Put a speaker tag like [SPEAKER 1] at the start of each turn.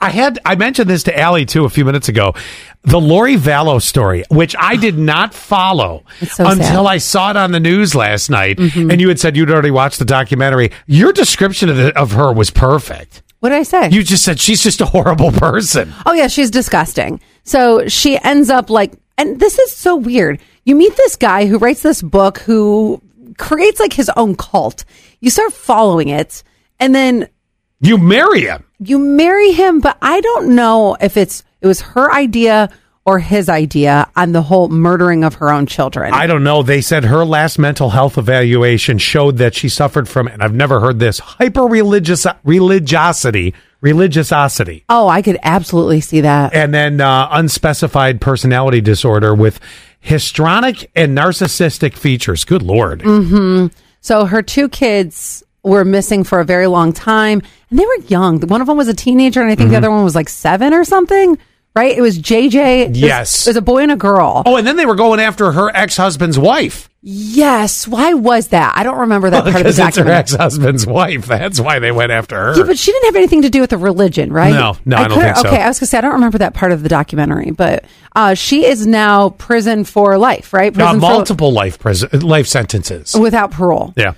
[SPEAKER 1] I had I mentioned this to Allie too a few minutes ago. The Lori Vallow story, which I did not follow
[SPEAKER 2] It's so
[SPEAKER 1] until
[SPEAKER 2] sad. Mm-hmm.
[SPEAKER 1] I saw it on the news last night, and you had said you'd already watched the documentary. Your description of, the, of her was perfect.
[SPEAKER 2] What did I say?
[SPEAKER 1] You just said she's just a horrible person.
[SPEAKER 2] Oh yeah, she's disgusting. So she ends up like, and this is so weird. You meet this guy who writes this book who creates like his own cult. You start following it, and then
[SPEAKER 1] You marry him.
[SPEAKER 2] you marry him. But I don't know if it's it was her idea or his idea on the whole murdering of her own children.
[SPEAKER 1] I don't know. They said her last mental health evaluation showed that she suffered from, and I've never heard this, hyper religious religiosity, religiosity.
[SPEAKER 2] oh, I could absolutely see that.
[SPEAKER 1] and then uh, unspecified personality disorder with histrionic and narcissistic features. Good lord!
[SPEAKER 2] Mm. So her two kids were missing for a very long time, and they were young. One of them was a teenager, and I think the
[SPEAKER 1] Mm-hmm.
[SPEAKER 2] other one was like seven or something. Right? It was JJ. It was-
[SPEAKER 1] Yes.
[SPEAKER 2] it was a boy and a girl.
[SPEAKER 1] Oh, and then they were going after her ex-husband's wife
[SPEAKER 2] Yes. Why was that? I don't remember that Oh, part of the
[SPEAKER 1] because it's her
[SPEAKER 2] document.
[SPEAKER 1] ex-husband's wife. That's why they went after her.
[SPEAKER 2] Yeah, but she didn't have anything to do with the religion, right?
[SPEAKER 1] No, no, I don't
[SPEAKER 2] couldn't-
[SPEAKER 1] think so.
[SPEAKER 2] Okay, I was gonna say I don't remember that part of the documentary, but uh, she is now prison for life, right?
[SPEAKER 1] Uh,
[SPEAKER 2] Prison for- Oh,
[SPEAKER 1] multiple life prison, life sentences.
[SPEAKER 2] without parole.
[SPEAKER 1] Yeah.